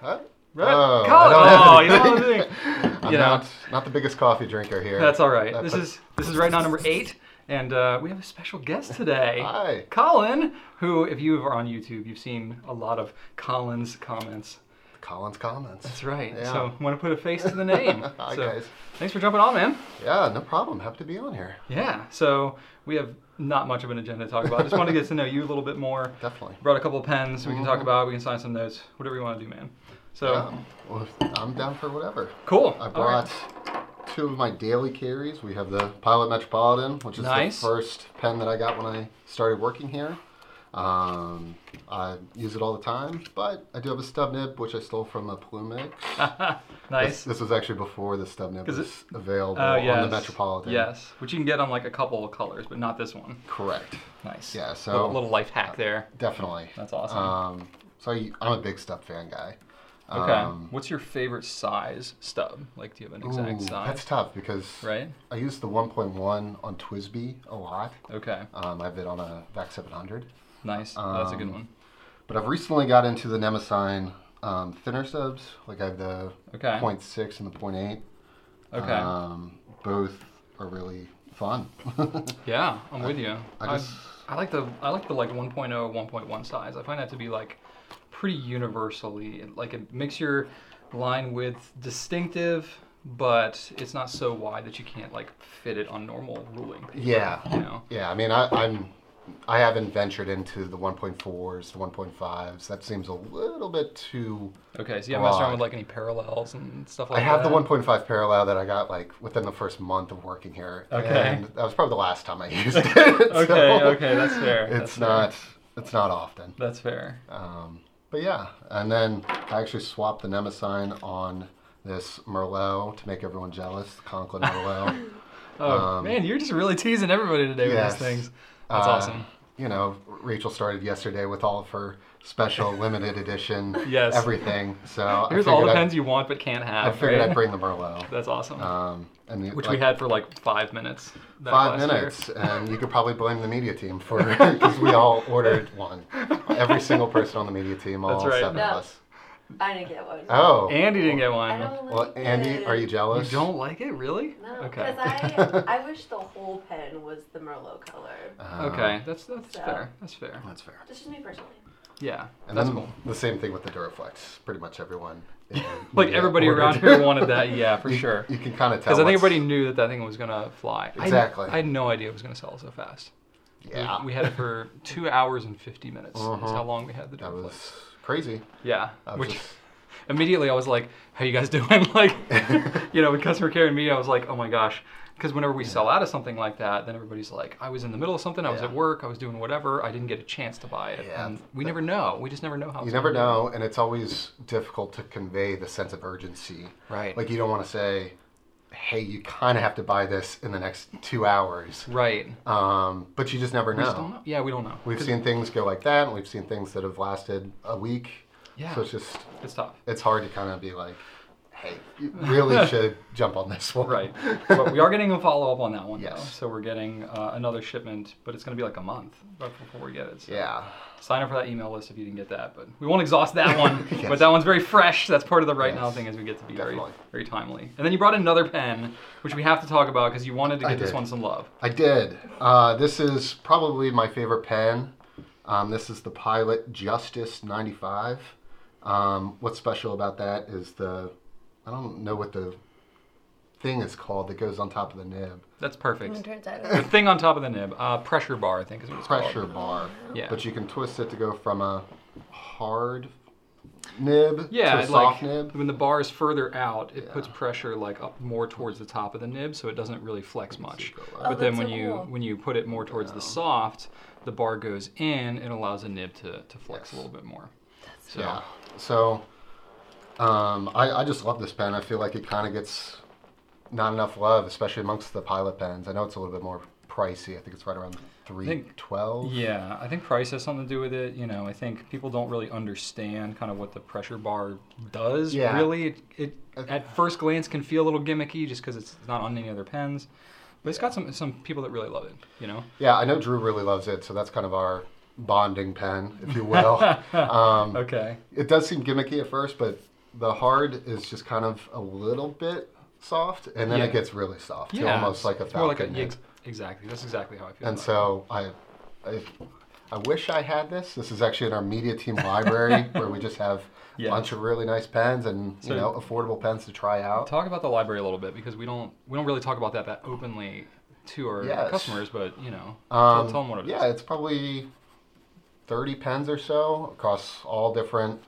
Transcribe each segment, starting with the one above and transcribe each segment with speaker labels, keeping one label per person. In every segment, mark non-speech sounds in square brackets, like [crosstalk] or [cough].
Speaker 1: Huh?
Speaker 2: Right.
Speaker 1: Oh,
Speaker 2: Colin. Oh,
Speaker 1: I
Speaker 2: you
Speaker 1: don't have
Speaker 2: know what I'm
Speaker 1: anything.
Speaker 2: doing.
Speaker 1: [laughs] I'm
Speaker 2: You know.
Speaker 1: not, not the biggest coffee drinker here.
Speaker 2: That's all right.
Speaker 1: That
Speaker 2: This
Speaker 1: puts-
Speaker 2: is this is right now number eight, and uh, we have a special guest today.
Speaker 1: [laughs] Hi.
Speaker 2: Colin, who, if you are on YouTube, you've seen a lot of Colin's comments.
Speaker 1: Colin's comments.
Speaker 2: That's right.
Speaker 1: Yeah.
Speaker 2: So want to put a face to the name.
Speaker 1: [laughs] Hi,
Speaker 2: so,
Speaker 1: guys.
Speaker 2: Thanks for jumping on, man.
Speaker 1: Yeah, no problem. Happy to be on here.
Speaker 2: Yeah. So we have not much of an agenda to talk about. just want to get to know you a little bit more.
Speaker 1: [laughs] Definitely.
Speaker 2: Brought a couple of pens. We can talk
Speaker 1: Mhm.
Speaker 2: about. We can sign some notes. Whatever you want to do, man. So
Speaker 1: Yeah. Well, I'm down for whatever.
Speaker 2: cool.
Speaker 1: I
Speaker 2: All right.
Speaker 1: brought two of my daily carries. We have the Pilot Metropolitan, which is
Speaker 2: Nice.
Speaker 1: the first pen that I got when I started working here. Um, I use it all the time, but I do have a stub nib, which I stole from a Plumix.
Speaker 2: Ah, nice.
Speaker 1: This, this was actually before the stub nib
Speaker 2: 'Cause
Speaker 1: was
Speaker 2: it-
Speaker 1: available
Speaker 2: Oh yes.
Speaker 1: on the Metropolitan.
Speaker 2: Yes, which you can get on like a couple of colors, but not this one.
Speaker 1: Correct.
Speaker 2: Nice.
Speaker 1: Yeah, so-
Speaker 2: little, little life hack there.
Speaker 1: Definitely.
Speaker 2: uh, That's awesome.
Speaker 1: Um, so you- I'm a big stub fan guy.
Speaker 2: Okay.
Speaker 1: Um,
Speaker 2: What's your favorite size stub? Like, do you have an exact
Speaker 1: ooh,
Speaker 2: size?
Speaker 1: that's tough because
Speaker 2: Right.
Speaker 1: I use the 1.1 on Twisby a lot.
Speaker 2: Okay.
Speaker 1: Um, I have it on a VAC 700.
Speaker 2: Nice. that's a good
Speaker 1: um,
Speaker 2: one.
Speaker 1: But I've recently got into the Nemesign um, thinner subs. Like I have the
Speaker 2: Okay.
Speaker 1: 0.6 and the 0.8.
Speaker 2: Okay.
Speaker 1: Um, both are really fun. [laughs]
Speaker 2: yeah, I'm with you.
Speaker 1: I
Speaker 2: I,
Speaker 1: just-
Speaker 2: I like the I like the like oh, 1.0, 1.1 size. I find that to be like pretty universally like it makes your line width distinctive, but it's not so wide that you can't like fit it on normal ruling. paper,
Speaker 1: yeah.
Speaker 2: You know.
Speaker 1: Yeah. I mean, I, I'm. I haven't ventured into the 1.4s, the 1.5s. That seems a little bit too.
Speaker 2: Okay, so you haven't messed around with
Speaker 1: Broad.
Speaker 2: like any parallels and stuff like
Speaker 1: I have
Speaker 2: that.
Speaker 1: the 1.5 parallel that I got like within the first month of working here.
Speaker 2: Okay.
Speaker 1: And that was probably the last time
Speaker 2: [laughs]
Speaker 1: I used it. [laughs] okay.
Speaker 2: Okay, okay, that's fair.
Speaker 1: It's
Speaker 2: that's
Speaker 1: not. It's not often.
Speaker 2: Fair. That's fair.
Speaker 1: Um, but yeah, and then I actually swapped the Nemesign on this Merlot to make everyone jealous, the Conklin
Speaker 2: [laughs]
Speaker 1: Merlot.
Speaker 2: Oh
Speaker 1: Um,
Speaker 2: man, you're just really teasing everybody today
Speaker 1: yes.
Speaker 2: with these things. That's
Speaker 1: Uh,
Speaker 2: awesome.
Speaker 1: You know, Rachel started yesterday with all of her
Speaker 2: [laughs]
Speaker 1: special limited edition
Speaker 2: Yes.
Speaker 1: everything. So
Speaker 2: Here's
Speaker 1: I
Speaker 2: all the
Speaker 1: figured
Speaker 2: pens you want but can't
Speaker 1: I,
Speaker 2: have.
Speaker 1: I figured
Speaker 2: right?
Speaker 1: I'd bring the Merlot.
Speaker 2: [laughs] That's awesome.
Speaker 1: Um, and the-
Speaker 2: Which
Speaker 1: like,
Speaker 2: we had for like five minutes. that
Speaker 1: five
Speaker 2: last year.
Speaker 1: minutes, and you could probably blame the media team
Speaker 2: [laughs]
Speaker 1: for [laughs] because we all ordered one. Every single person on the media team, all
Speaker 2: That's right.
Speaker 1: seven of
Speaker 3: No.
Speaker 1: us.
Speaker 3: I didn't get one.
Speaker 1: Oh,
Speaker 2: Andy didn't get
Speaker 3: I
Speaker 2: one.
Speaker 3: don't like
Speaker 1: well, Andy,
Speaker 3: it.
Speaker 1: are you
Speaker 2: you
Speaker 1: jealous?
Speaker 2: don't like it, really?
Speaker 3: No,
Speaker 2: Okay.
Speaker 3: because I,
Speaker 1: [laughs]
Speaker 3: I wish the whole pen was the Merlot color.
Speaker 1: Uh,
Speaker 2: Okay, that's that's
Speaker 3: So.
Speaker 2: fair. That's fair.
Speaker 1: That's fair.
Speaker 3: This is me personally.
Speaker 2: Yeah,
Speaker 1: And
Speaker 2: that's
Speaker 1: then
Speaker 2: cool.
Speaker 1: the same thing with the Duraflex. Pretty much everyone. in-
Speaker 2: [laughs] Like
Speaker 1: yeah,
Speaker 2: everybody
Speaker 1: [laughs]
Speaker 2: around
Speaker 1: ordered.
Speaker 2: here wanted that. Yeah, for
Speaker 1: you,
Speaker 2: sure.
Speaker 1: You can kind of tell.
Speaker 2: Because I think
Speaker 1: what's-
Speaker 2: everybody knew that that thing was gonna fly. I-
Speaker 1: Exactly.
Speaker 2: I, had no idea it was gonna sell so fast. We-
Speaker 1: Yeah.
Speaker 2: We, had it
Speaker 1: [laughs]
Speaker 2: for two hours and fifty minutes. That's
Speaker 1: Mhm.
Speaker 2: how long we had the
Speaker 1: that
Speaker 2: Duraflex.
Speaker 1: was crazy.
Speaker 2: Yeah.
Speaker 1: I was
Speaker 2: Which
Speaker 1: just-
Speaker 2: immediately I was like, "How you guys [laughs] doing?"
Speaker 1: [laughs]
Speaker 2: like, you know, with customer care and media, I was like, "Oh my gosh," because whenever we sell out of something like that, then everybody's like, "I was in the middle of something. I was
Speaker 1: Yeah.
Speaker 2: at work. I was doing whatever. I didn't get a chance to buy it."
Speaker 1: Yeah.
Speaker 2: And we never know. We just never know how.
Speaker 1: You
Speaker 2: it's
Speaker 1: never
Speaker 2: gonna
Speaker 1: know, and it's always difficult to convey the sense of urgency.
Speaker 2: go. Right.
Speaker 1: Like you don't want to say, "Hey, you kind of have to buy this in the next two hours,"
Speaker 2: right.
Speaker 1: um, but you just never
Speaker 2: We
Speaker 1: know.
Speaker 2: just don't know. Yeah, we don't know.
Speaker 1: We've
Speaker 2: 'Cause
Speaker 1: seen things go like that, and we've seen things that have lasted a week.
Speaker 2: Yeah.
Speaker 1: So it's just
Speaker 2: it's tough.
Speaker 1: it's hard to kind of be like, hey, you
Speaker 2: [laughs]
Speaker 1: really should jump on this one. [laughs]
Speaker 2: Right. but we are getting a follow up on that one. Though.
Speaker 1: Yes.
Speaker 2: So we're getting uh, another shipment, but it's going to be like a month right before we get it. So
Speaker 1: Yeah.
Speaker 2: Sign up for that email list if you didn't get that, but we won't exhaust that one.
Speaker 1: [laughs] Yes.
Speaker 2: But that one's very fresh. That's part of the right now
Speaker 1: Yes.
Speaker 2: thing is we get to be very
Speaker 1: Definitely.
Speaker 2: very timely. And then you brought in another pen, which we have to talk about because you wanted to
Speaker 1: I
Speaker 2: get this
Speaker 1: did.
Speaker 2: one some love.
Speaker 1: I did. Uh, this is probably my favorite pen. Um, this is the Pilot Justice 95. Um, what's special about that is the, I don't know what the thing is called that goes on top of the nib.
Speaker 2: That's perfect.
Speaker 3: turns out
Speaker 2: The thing on top of the nib, uh, pressure bar, I think is what it's
Speaker 1: Pressure
Speaker 2: called.
Speaker 1: bar.
Speaker 2: Yeah.
Speaker 1: But you can twist it to go from a hard nib
Speaker 2: Yeah,
Speaker 1: to a
Speaker 2: it,
Speaker 1: soft
Speaker 2: like
Speaker 1: nib.
Speaker 2: when the bar is further out, it
Speaker 1: Yeah.
Speaker 2: puts pressure like up more towards the top of the nib, so it doesn't really flex much.
Speaker 1: Oh,
Speaker 2: But then
Speaker 3: that's
Speaker 2: when
Speaker 3: so
Speaker 2: you
Speaker 3: cool.
Speaker 2: when you put it more towards the soft, the bar goes in and allows the nib to, to flex a
Speaker 1: Yes.
Speaker 2: little bit more. So
Speaker 1: Yeah. So, um, I, I just love this pen. I feel like it kind of gets not enough love, especially amongst the pilot pens. I know it's a little bit more pricey. I think it's right around three twelve.
Speaker 2: Yeah, I think price has something to do with it. You know, I think people don't really understand kind of what the pressure bar does.
Speaker 1: Yeah.
Speaker 2: Really, it, it at first glance can feel a little gimmicky just because it's not on any other pens. But it's got some some people that really love it. You know.
Speaker 1: Yeah, I know Drew really loves it, so that's kind of our bonding pen, if you
Speaker 2: [laughs]
Speaker 1: will. um,
Speaker 2: okay.
Speaker 1: It does seem gimmicky at first, but the hard is just kind of a little bit soft, and then
Speaker 2: Yeah.
Speaker 1: it gets really soft to
Speaker 2: Yeah,
Speaker 1: almost like a
Speaker 2: it's more like a-
Speaker 1: falcon.
Speaker 2: yeah,
Speaker 1: head.
Speaker 2: ex- exactly. That's exactly how I feel.
Speaker 1: and
Speaker 2: about
Speaker 1: so I, I, I wish I had this. This is actually in our media
Speaker 2: [laughs]
Speaker 1: team library where we just have
Speaker 2: Yeah.
Speaker 1: a bunch of really nice pens and
Speaker 2: So-
Speaker 1: you know affordable pens to try
Speaker 2: it.
Speaker 1: out.
Speaker 2: talk about the library a little bit because we don't we don't really talk about that that openly to our
Speaker 1: Yes.
Speaker 2: customers, but you know, tell,
Speaker 1: Um,
Speaker 2: tell them what it is.
Speaker 1: yeah, it's probably 30 pens or so across all different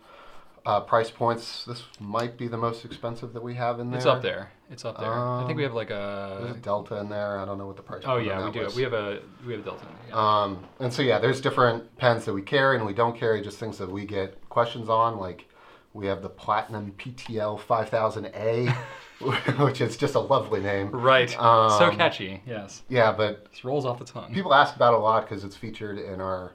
Speaker 1: uh, price points. This might be the most expensive that we have in there.
Speaker 2: It's up there. It's up there. I think we have
Speaker 1: Um,
Speaker 2: like
Speaker 1: There's
Speaker 2: a.
Speaker 1: a Delta in there. I don't know what the price
Speaker 2: Oh
Speaker 1: point
Speaker 2: yeah,
Speaker 1: on
Speaker 2: we
Speaker 1: that
Speaker 2: do.
Speaker 1: was.
Speaker 2: We have a we have a Delta. in there, Yeah.
Speaker 1: Um, and so yeah, there's different pens that we carry and we don't carry. Just things that we get questions on. Like we have the Platinum PTL 5000A, [laughs] which is just a lovely name.
Speaker 2: right. so
Speaker 1: um,
Speaker 2: catchy. Yes.
Speaker 1: Yeah, but
Speaker 2: Just rolls off the tongue.
Speaker 1: people ask about it a lot because it's featured in our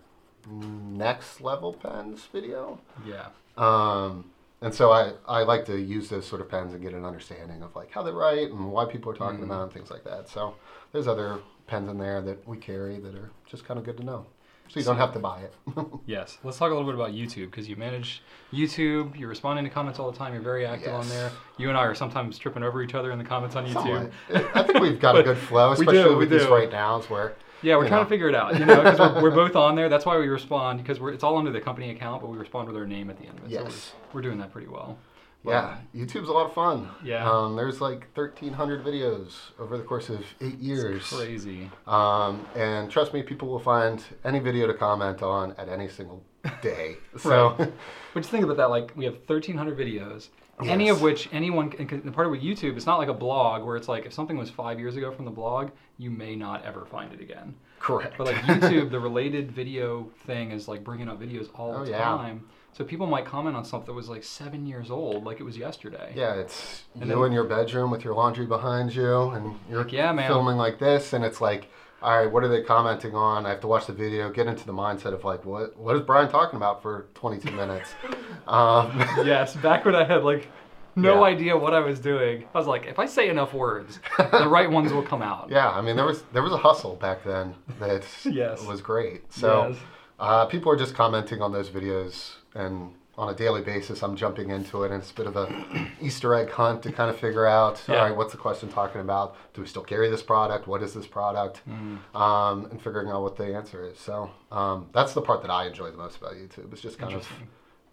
Speaker 1: next level pens video.
Speaker 2: yeah.
Speaker 1: Um, and so I, I like to use those sort of pens and get an understanding of like how they write and why people are talking about it and things like that. So there's other pens in there that we carry that are just kind of good to know. So you don't have to buy it. [laughs]
Speaker 2: Yes. Let's talk a little bit about YouTube because you manage YouTube. You're responding to comments all the time. You're very active on
Speaker 1: Yes.
Speaker 2: there. You and I are sometimes tripping over each other in the comments on YouTube.
Speaker 1: Somewhat. I think we've got a
Speaker 2: [laughs] But
Speaker 1: good flow,
Speaker 2: we do,
Speaker 1: especially
Speaker 2: we
Speaker 1: with these
Speaker 2: do.
Speaker 1: right nows where
Speaker 2: Yeah, we're
Speaker 1: you
Speaker 2: trying
Speaker 1: know.
Speaker 2: to figure it out. You know, because we're, we're both on there. That's why we respond because we're it's all under the company account, but we respond with our name at the end of it. So
Speaker 1: Yes.
Speaker 2: we're, we're doing that pretty well. But-
Speaker 1: yeah, YouTube's a lot of fun.
Speaker 2: Yeah.
Speaker 1: Um, there's like 1,300 videos over the course of eight years.
Speaker 2: It's crazy.
Speaker 1: Um, and trust me, people will find any video to comment on at any single
Speaker 2: [laughs]
Speaker 1: day. So
Speaker 2: But just think about that. Like we have 1,300 videos, any
Speaker 1: Yes.
Speaker 2: of which anyone. can- can- The part with YouTube, it's not like a blog where it's like if something was five years ago from the blog, you may not ever find it again.
Speaker 1: [laughs] correct. [laughs]
Speaker 2: But like YouTube, the related video thing is like bringing up videos all
Speaker 1: Oh,
Speaker 2: the
Speaker 1: yeah.
Speaker 2: time. So people might comment on something that was like seven years old, like it was yesterday.
Speaker 1: yeah, it's
Speaker 2: And
Speaker 1: you
Speaker 2: then-
Speaker 1: in your bedroom with your laundry behind you, and you're
Speaker 2: Like, yeah, man.
Speaker 1: filming like this, and it's like. All right, what are they commenting on? I have to watch the video, get into the mindset of like, what what is Brian talking about for 22 minutes?
Speaker 2: [laughs]
Speaker 1: um, [laughs]
Speaker 2: yes, back when I had like no
Speaker 1: Yeah.
Speaker 2: idea what I was doing, I was like, if I say
Speaker 1: [laughs]
Speaker 2: enough words, the right ones will come out.
Speaker 1: Yeah, I mean there was there was a hustle back then that
Speaker 2: Yes.
Speaker 1: was great. So
Speaker 2: Yes.
Speaker 1: uh, people are just commenting on those videos, and on a daily basis, I'm jumping into it, and it's a bit of a [clears throat] Easter egg hunt to kind of figure out,
Speaker 2: Yeah.
Speaker 1: all right, what's the question talking about? Do we still carry this product? What is this product?
Speaker 2: Mm-hmm.
Speaker 1: Um, and figuring out what the answer is. So um, that's the part that I enjoy the most about YouTube. It's just kind of
Speaker 2: Interesting.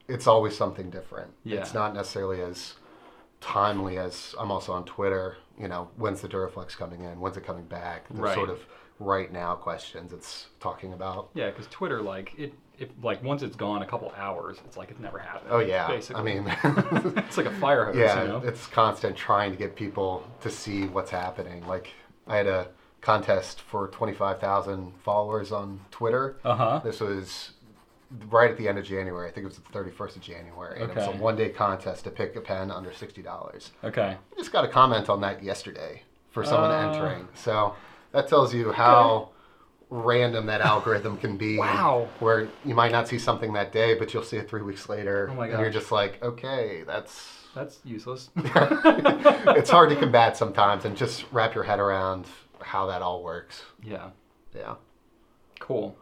Speaker 1: it's always something different.
Speaker 2: Yeah.
Speaker 1: It's not necessarily as timely as I'm also on Twitter. You know, when's the Duraflex coming in? When's it coming back? Those
Speaker 2: Right.
Speaker 1: sort of right now questions it's talking about.
Speaker 2: Yeah, because Twitter, like it, if like once it's gone a couple hours, it's like it never happened.
Speaker 1: Oh yeah,
Speaker 2: basically.
Speaker 1: I mean,
Speaker 2: [laughs]
Speaker 1: [laughs]
Speaker 2: it's like a fire hose.
Speaker 1: yeah,
Speaker 2: you know?
Speaker 1: it's constant trying to get people to see what's happening. Like I had a contest for 25,000 followers on Twitter.
Speaker 2: Uh huh.
Speaker 1: This was right at the end of January. I think it was the 31st of January. And it was
Speaker 2: Okay.
Speaker 1: a one-day contest to pick a pen under $60.
Speaker 2: Okay.
Speaker 1: I just got a comment on that yesterday for someone
Speaker 2: Uh.
Speaker 1: entering. So that tells you how random that algorithm can be.
Speaker 2: [laughs] Wow.
Speaker 1: Where you might not see something that day, but you'll see it three weeks later.
Speaker 2: Oh my
Speaker 1: And you're
Speaker 2: gosh.
Speaker 1: just like, okay, that's.
Speaker 2: [laughs] That's useless.
Speaker 1: it's hard to combat sometimes and just wrap your head around how that all works.
Speaker 2: yeah.
Speaker 1: Yeah.
Speaker 2: Cool.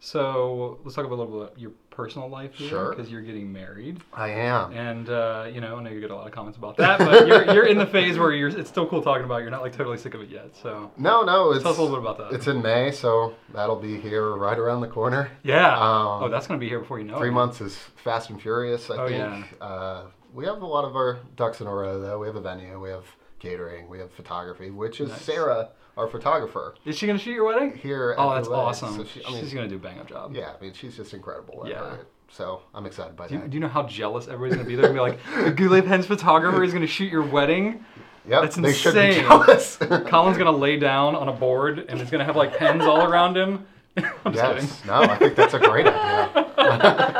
Speaker 2: So let's talk about a little bit your personal life here,
Speaker 1: Sure.
Speaker 2: because you're getting married,
Speaker 1: I am.
Speaker 2: and uh, you know I know you get a lot of comments about that, but you're, you're in the phase where you're it's still cool talking about. it. You're not like totally sick of it yet. So
Speaker 1: No, no, it's
Speaker 2: tell us a little bit about that.
Speaker 1: it's in May, so that'll be here right around the corner.
Speaker 2: yeah.
Speaker 1: um,
Speaker 2: oh, that's gonna be here before you know
Speaker 1: Three
Speaker 2: it.
Speaker 1: months is fast and furious. I
Speaker 2: Oh,
Speaker 1: think uh, we have a lot of our ducks in a row, though. We have a venue, we have catering, we have photography, which is
Speaker 2: Nice.
Speaker 1: Sarah, our photographer
Speaker 2: Is she gonna shoot your wedding?
Speaker 1: here.
Speaker 2: Oh,
Speaker 1: at
Speaker 2: that's
Speaker 1: the wedding.
Speaker 2: awesome.
Speaker 1: So she, I mean,
Speaker 2: She's gonna do a bang up job.
Speaker 1: yeah, I mean, she's just incredible. at
Speaker 2: Yeah.
Speaker 1: it. So I'm excited by
Speaker 2: Do you,
Speaker 1: that.
Speaker 2: do you know how jealous everybody's gonna be? They're gonna be like, the Goulet Pens photographer is gonna shoot your wedding.
Speaker 1: Yep,
Speaker 2: that's
Speaker 1: they should be
Speaker 2: insane.
Speaker 1: jealous.
Speaker 2: [laughs] Colin's gonna lay down on a board and it's gonna have like pens all around him. [laughs] I'm just kidding.
Speaker 1: yes, no, I think that's a great
Speaker 2: [laughs]
Speaker 1: idea.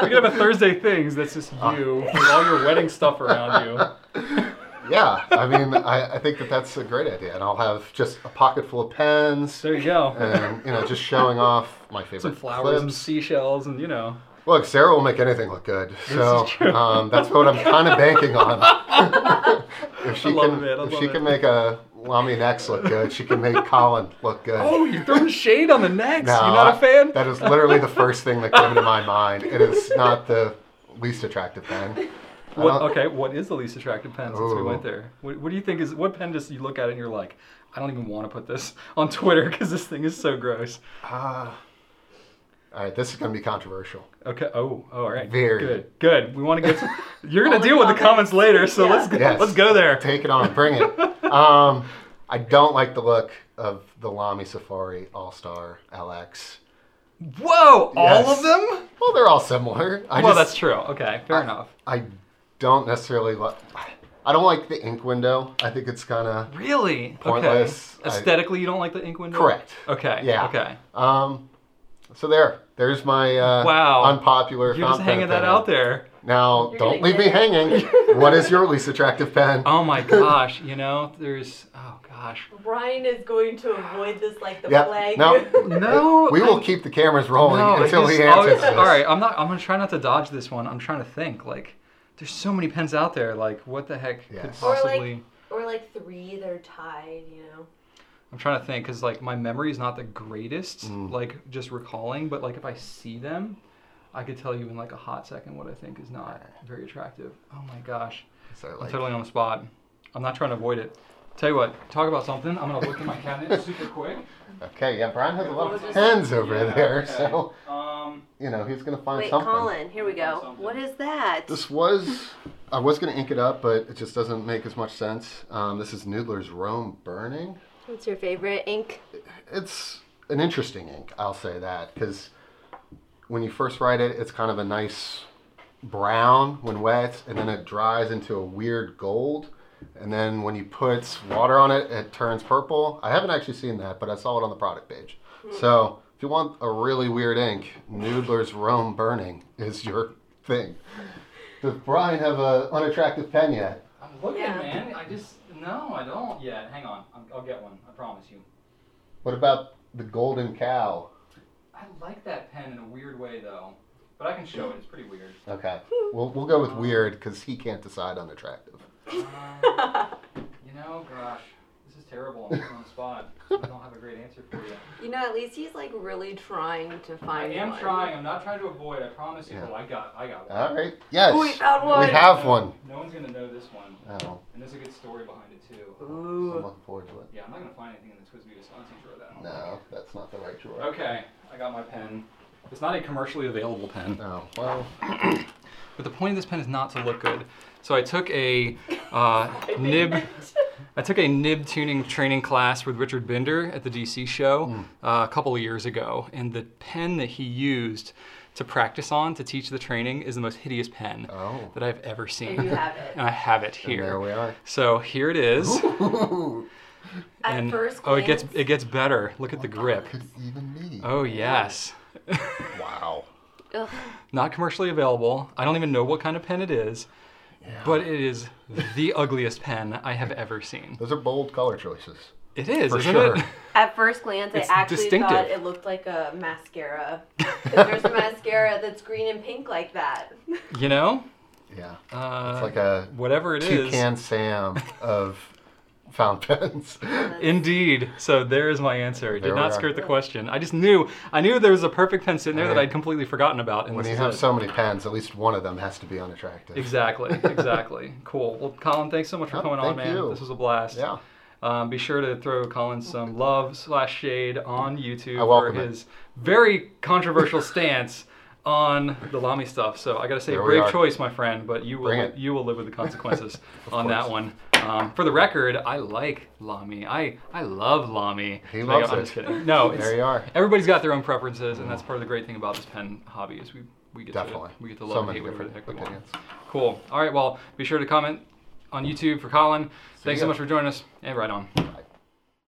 Speaker 2: We could have a Thursday things that's just
Speaker 1: Ah.
Speaker 2: you with all your wedding stuff around you.
Speaker 1: Yeah, I mean, I, I think that that's a great idea, and I'll have just a pocket full of pens.
Speaker 2: There you go.
Speaker 1: and you know, just showing off my favorite
Speaker 2: Some flowers and
Speaker 1: Uh, clips.
Speaker 2: seashells and you know.
Speaker 1: Look, Sarah will make anything look good. So
Speaker 2: is true. [laughs]
Speaker 1: um, that's what I'm kind of banking on. if she
Speaker 2: I love
Speaker 1: can,
Speaker 2: it, I
Speaker 1: if
Speaker 2: love
Speaker 1: she
Speaker 2: it.
Speaker 1: can make a Lami Nex look good. She can make Colin look good.
Speaker 2: Oh, you're throwing shade on the necks.
Speaker 1: No,
Speaker 2: you're not a
Speaker 1: I-
Speaker 2: fan?
Speaker 1: That is literally the first thing that came to my mind. It is not the least attractive pen.
Speaker 2: [laughs]
Speaker 1: I
Speaker 2: What,
Speaker 1: don't-
Speaker 2: okay, what is the least attractive pen since we went
Speaker 1: Ooh.
Speaker 2: there? What, what do you think is what pen does you look at and you're like, I don't even want to put this on Twitter because this thing is so gross.
Speaker 1: Ah. all right, this is going to be controversial.
Speaker 2: Okay. Oh. Oh. All right.
Speaker 1: Very.
Speaker 2: Good. Good. We want to get. Some, you're [laughs] gonna
Speaker 3: All the
Speaker 2: deal with the comments
Speaker 3: comments.
Speaker 2: later, so let's go,
Speaker 3: Yeah.
Speaker 1: Yes.
Speaker 2: let's go there.
Speaker 1: Take it on. Bring it. Um, I don't like the look of the Lamy Safari All Star LX.
Speaker 2: Whoa! All
Speaker 1: Yes.
Speaker 2: of them?
Speaker 1: Well, they're all similar. I
Speaker 2: well,
Speaker 1: just,
Speaker 2: that's true. Okay. Fair enough.
Speaker 1: I don't necessarily like. I don't like the ink window. I think it's kind of
Speaker 2: Really?
Speaker 1: Pointless. I-
Speaker 2: Okay. Aesthetically, you don't like the ink window.
Speaker 1: correct.
Speaker 2: Okay.
Speaker 1: Yeah.
Speaker 2: Okay.
Speaker 1: Um, so there. There's my uh,
Speaker 2: Wow.
Speaker 1: unpopular.
Speaker 2: You're just
Speaker 1: fountain
Speaker 2: hanging that
Speaker 1: opinion.
Speaker 2: out there.
Speaker 1: Now,
Speaker 3: You're
Speaker 1: don't
Speaker 3: getting
Speaker 1: leave me hanging. what is your least attractive pen?
Speaker 2: Oh my gosh. You know, there's. Oh gosh.
Speaker 3: Ryan is going to avoid this like the
Speaker 1: [laughs] Yeah,
Speaker 3: plague.
Speaker 1: no.
Speaker 2: [laughs] No.
Speaker 1: we will
Speaker 2: I-
Speaker 1: keep the cameras rolling
Speaker 2: No, I
Speaker 1: until
Speaker 2: just-
Speaker 1: he answers
Speaker 2: oh,
Speaker 1: this.
Speaker 2: All right, I'm not. I'm gonna try not to dodge this one. I'm trying to think. Like, there's so many pens out there. Like, what the heck could
Speaker 1: Yes.
Speaker 3: Or, like-
Speaker 2: possibly?
Speaker 3: [laughs] or like three, they're tied. You know.
Speaker 2: I'm trying to think because like my memory is not the greatest. Like just recalling, but like if I see them, I could tell you in like a hot second what I think is not very attractive. Oh my gosh,
Speaker 1: So,
Speaker 2: I'm
Speaker 1: like,
Speaker 2: totally on the spot. I'm not trying to avoid it. Tell you what, talk about something. I'm gonna look in my cabinet super quick.
Speaker 1: okay, yeah, Brian has a lot of
Speaker 2: What was this?
Speaker 1: pens over
Speaker 2: Yeah,
Speaker 1: there,
Speaker 2: okay.
Speaker 1: so
Speaker 2: Um,
Speaker 1: you know he's gonna find
Speaker 3: Wait,
Speaker 1: something.
Speaker 3: Colin. Here we go. What is that?
Speaker 1: This was I was gonna ink it up, but it just doesn't make as much sense. Um, this is Noodler's Rome Burning.
Speaker 3: What's your favorite ink?
Speaker 1: it's an interesting ink, I'll say that, because when you first write it, it's kind of a nice brown when wet, and then it dries into a weird gold. And then when you put water on it, it turns purple. I haven't actually seen that, but I saw it on the product page. So if you want a really weird ink, Noodler's Rome Burning is your thing. Does Brian have an unattractive pen yet?
Speaker 2: I'm looking,
Speaker 3: Yeah.
Speaker 2: man. I just no, I don't yet. Hang on, I'm, I'll get one. I promise you.
Speaker 1: What about the Golden Cow?
Speaker 2: I like that pen in a weird way though, but I can show it. It's pretty weird.
Speaker 1: Okay, we'll, we'll go with weird because he can't decide unattractive.
Speaker 2: Um, you know, gosh, this is terrible. I'm put on the spot. I don't have a great answer for you.
Speaker 3: you know, at least he's like really trying to
Speaker 2: I
Speaker 3: find.
Speaker 2: am
Speaker 3: one.
Speaker 2: trying. I'm not trying to avoid. I promise you.
Speaker 1: Yeah.
Speaker 2: Oh, I got. I got one.
Speaker 1: All right. Yes.
Speaker 3: Oh, we found
Speaker 1: We
Speaker 3: one.
Speaker 1: have
Speaker 2: No-
Speaker 1: one.
Speaker 2: No one's gonna know this one,
Speaker 1: Oh,
Speaker 2: and there's a good story behind it too.
Speaker 1: I'm
Speaker 3: Ooh.
Speaker 1: looking forward to it.
Speaker 2: Yeah, I'm not gonna find anything in the Twisby, Wisconsin drawer that. I don't
Speaker 1: No, that's not the right drawer.
Speaker 2: like. Okay, I got my pen. It's not a commercially available pen.
Speaker 1: Oh, well,
Speaker 2: But the point of this pen is not to look good. So I took a
Speaker 3: [laughs]
Speaker 2: uh, nib. I took a nib tuning training class with Richard Bender at the DC show
Speaker 1: Mm.
Speaker 2: uh, a couple of years ago, and the pen that he used to practice on to teach the training is the most hideous pen
Speaker 1: Oh.
Speaker 2: that I've ever seen.
Speaker 3: And you have
Speaker 2: [laughs]
Speaker 3: it.
Speaker 2: And I have it
Speaker 1: and there
Speaker 2: here.
Speaker 1: we are. [laughs]
Speaker 2: So here it is.
Speaker 3: At
Speaker 2: and
Speaker 3: first
Speaker 2: oh, it gets
Speaker 3: glance- Oh
Speaker 2: it gets better. Look at the grip.
Speaker 1: Could even me.
Speaker 2: Oh yes.
Speaker 1: Wow.
Speaker 3: Ugh.
Speaker 2: not commercially available. I don't even know what kind of pen it is, but it is the [laughs] ugliest pen I have ever seen.
Speaker 1: Those are bold color choices.
Speaker 2: It is,
Speaker 1: For
Speaker 2: isn't
Speaker 1: sure.
Speaker 2: it?
Speaker 3: At first glance,
Speaker 2: It's
Speaker 3: I actually thought
Speaker 2: distinctive.
Speaker 3: it looked like a
Speaker 2: [laughs]
Speaker 3: mascara. 'Cause there's a mascara that's green and pink like that.
Speaker 2: [laughs] You know,
Speaker 1: Yeah.
Speaker 2: uh,
Speaker 1: It's like a
Speaker 2: whatever it is.
Speaker 1: toucan Sam
Speaker 2: [laughs]
Speaker 1: of found pens.
Speaker 2: Indeed. So there is my answer.
Speaker 1: There
Speaker 2: Did
Speaker 1: we
Speaker 2: not
Speaker 1: are.
Speaker 2: skirt the question. I just knew. I knew there was a perfect pen sitting there that
Speaker 1: Hey.
Speaker 2: I'd completely forgotten about. And
Speaker 1: when
Speaker 2: this
Speaker 1: you
Speaker 2: is
Speaker 1: have
Speaker 2: it.
Speaker 1: so many pens, at least one of them has to be unattractive. [laughs]
Speaker 2: Exactly. Exactly. cool. Well, Colin, thanks so much for
Speaker 1: Oh,
Speaker 2: coming on,
Speaker 1: thank
Speaker 2: man.
Speaker 1: you.
Speaker 2: This was a blast.
Speaker 1: Yeah.
Speaker 2: Um, be sure to throw Colin some love slash shade on YouTube
Speaker 1: I
Speaker 2: for
Speaker 1: welcome it.
Speaker 2: his very controversial stance on the Lamy stuff. So I gotta say,
Speaker 1: There we
Speaker 2: brave
Speaker 1: are.
Speaker 2: choice, my friend, but you will
Speaker 1: Bring it.
Speaker 2: you will live with the
Speaker 1: [laughs]
Speaker 2: consequences on that one. Um, for the record, I like Lamy. I I love Lamy.
Speaker 1: He
Speaker 2: Like,
Speaker 1: loves
Speaker 2: I'm
Speaker 1: it.
Speaker 2: just kidding. No, it's,
Speaker 1: There you are.
Speaker 2: Everybody's got their own preferences, and that's part of the great thing about this pen hobby is we we get
Speaker 1: Definitely.
Speaker 2: to we get to
Speaker 1: So
Speaker 2: love and
Speaker 1: many
Speaker 2: hate whatever the
Speaker 1: different
Speaker 2: heck we want.
Speaker 1: opinions.
Speaker 2: Cool. All right. Well, be sure to comment on YouTube for Colin. Thanks so
Speaker 1: ya.
Speaker 2: much for joining us, and right on.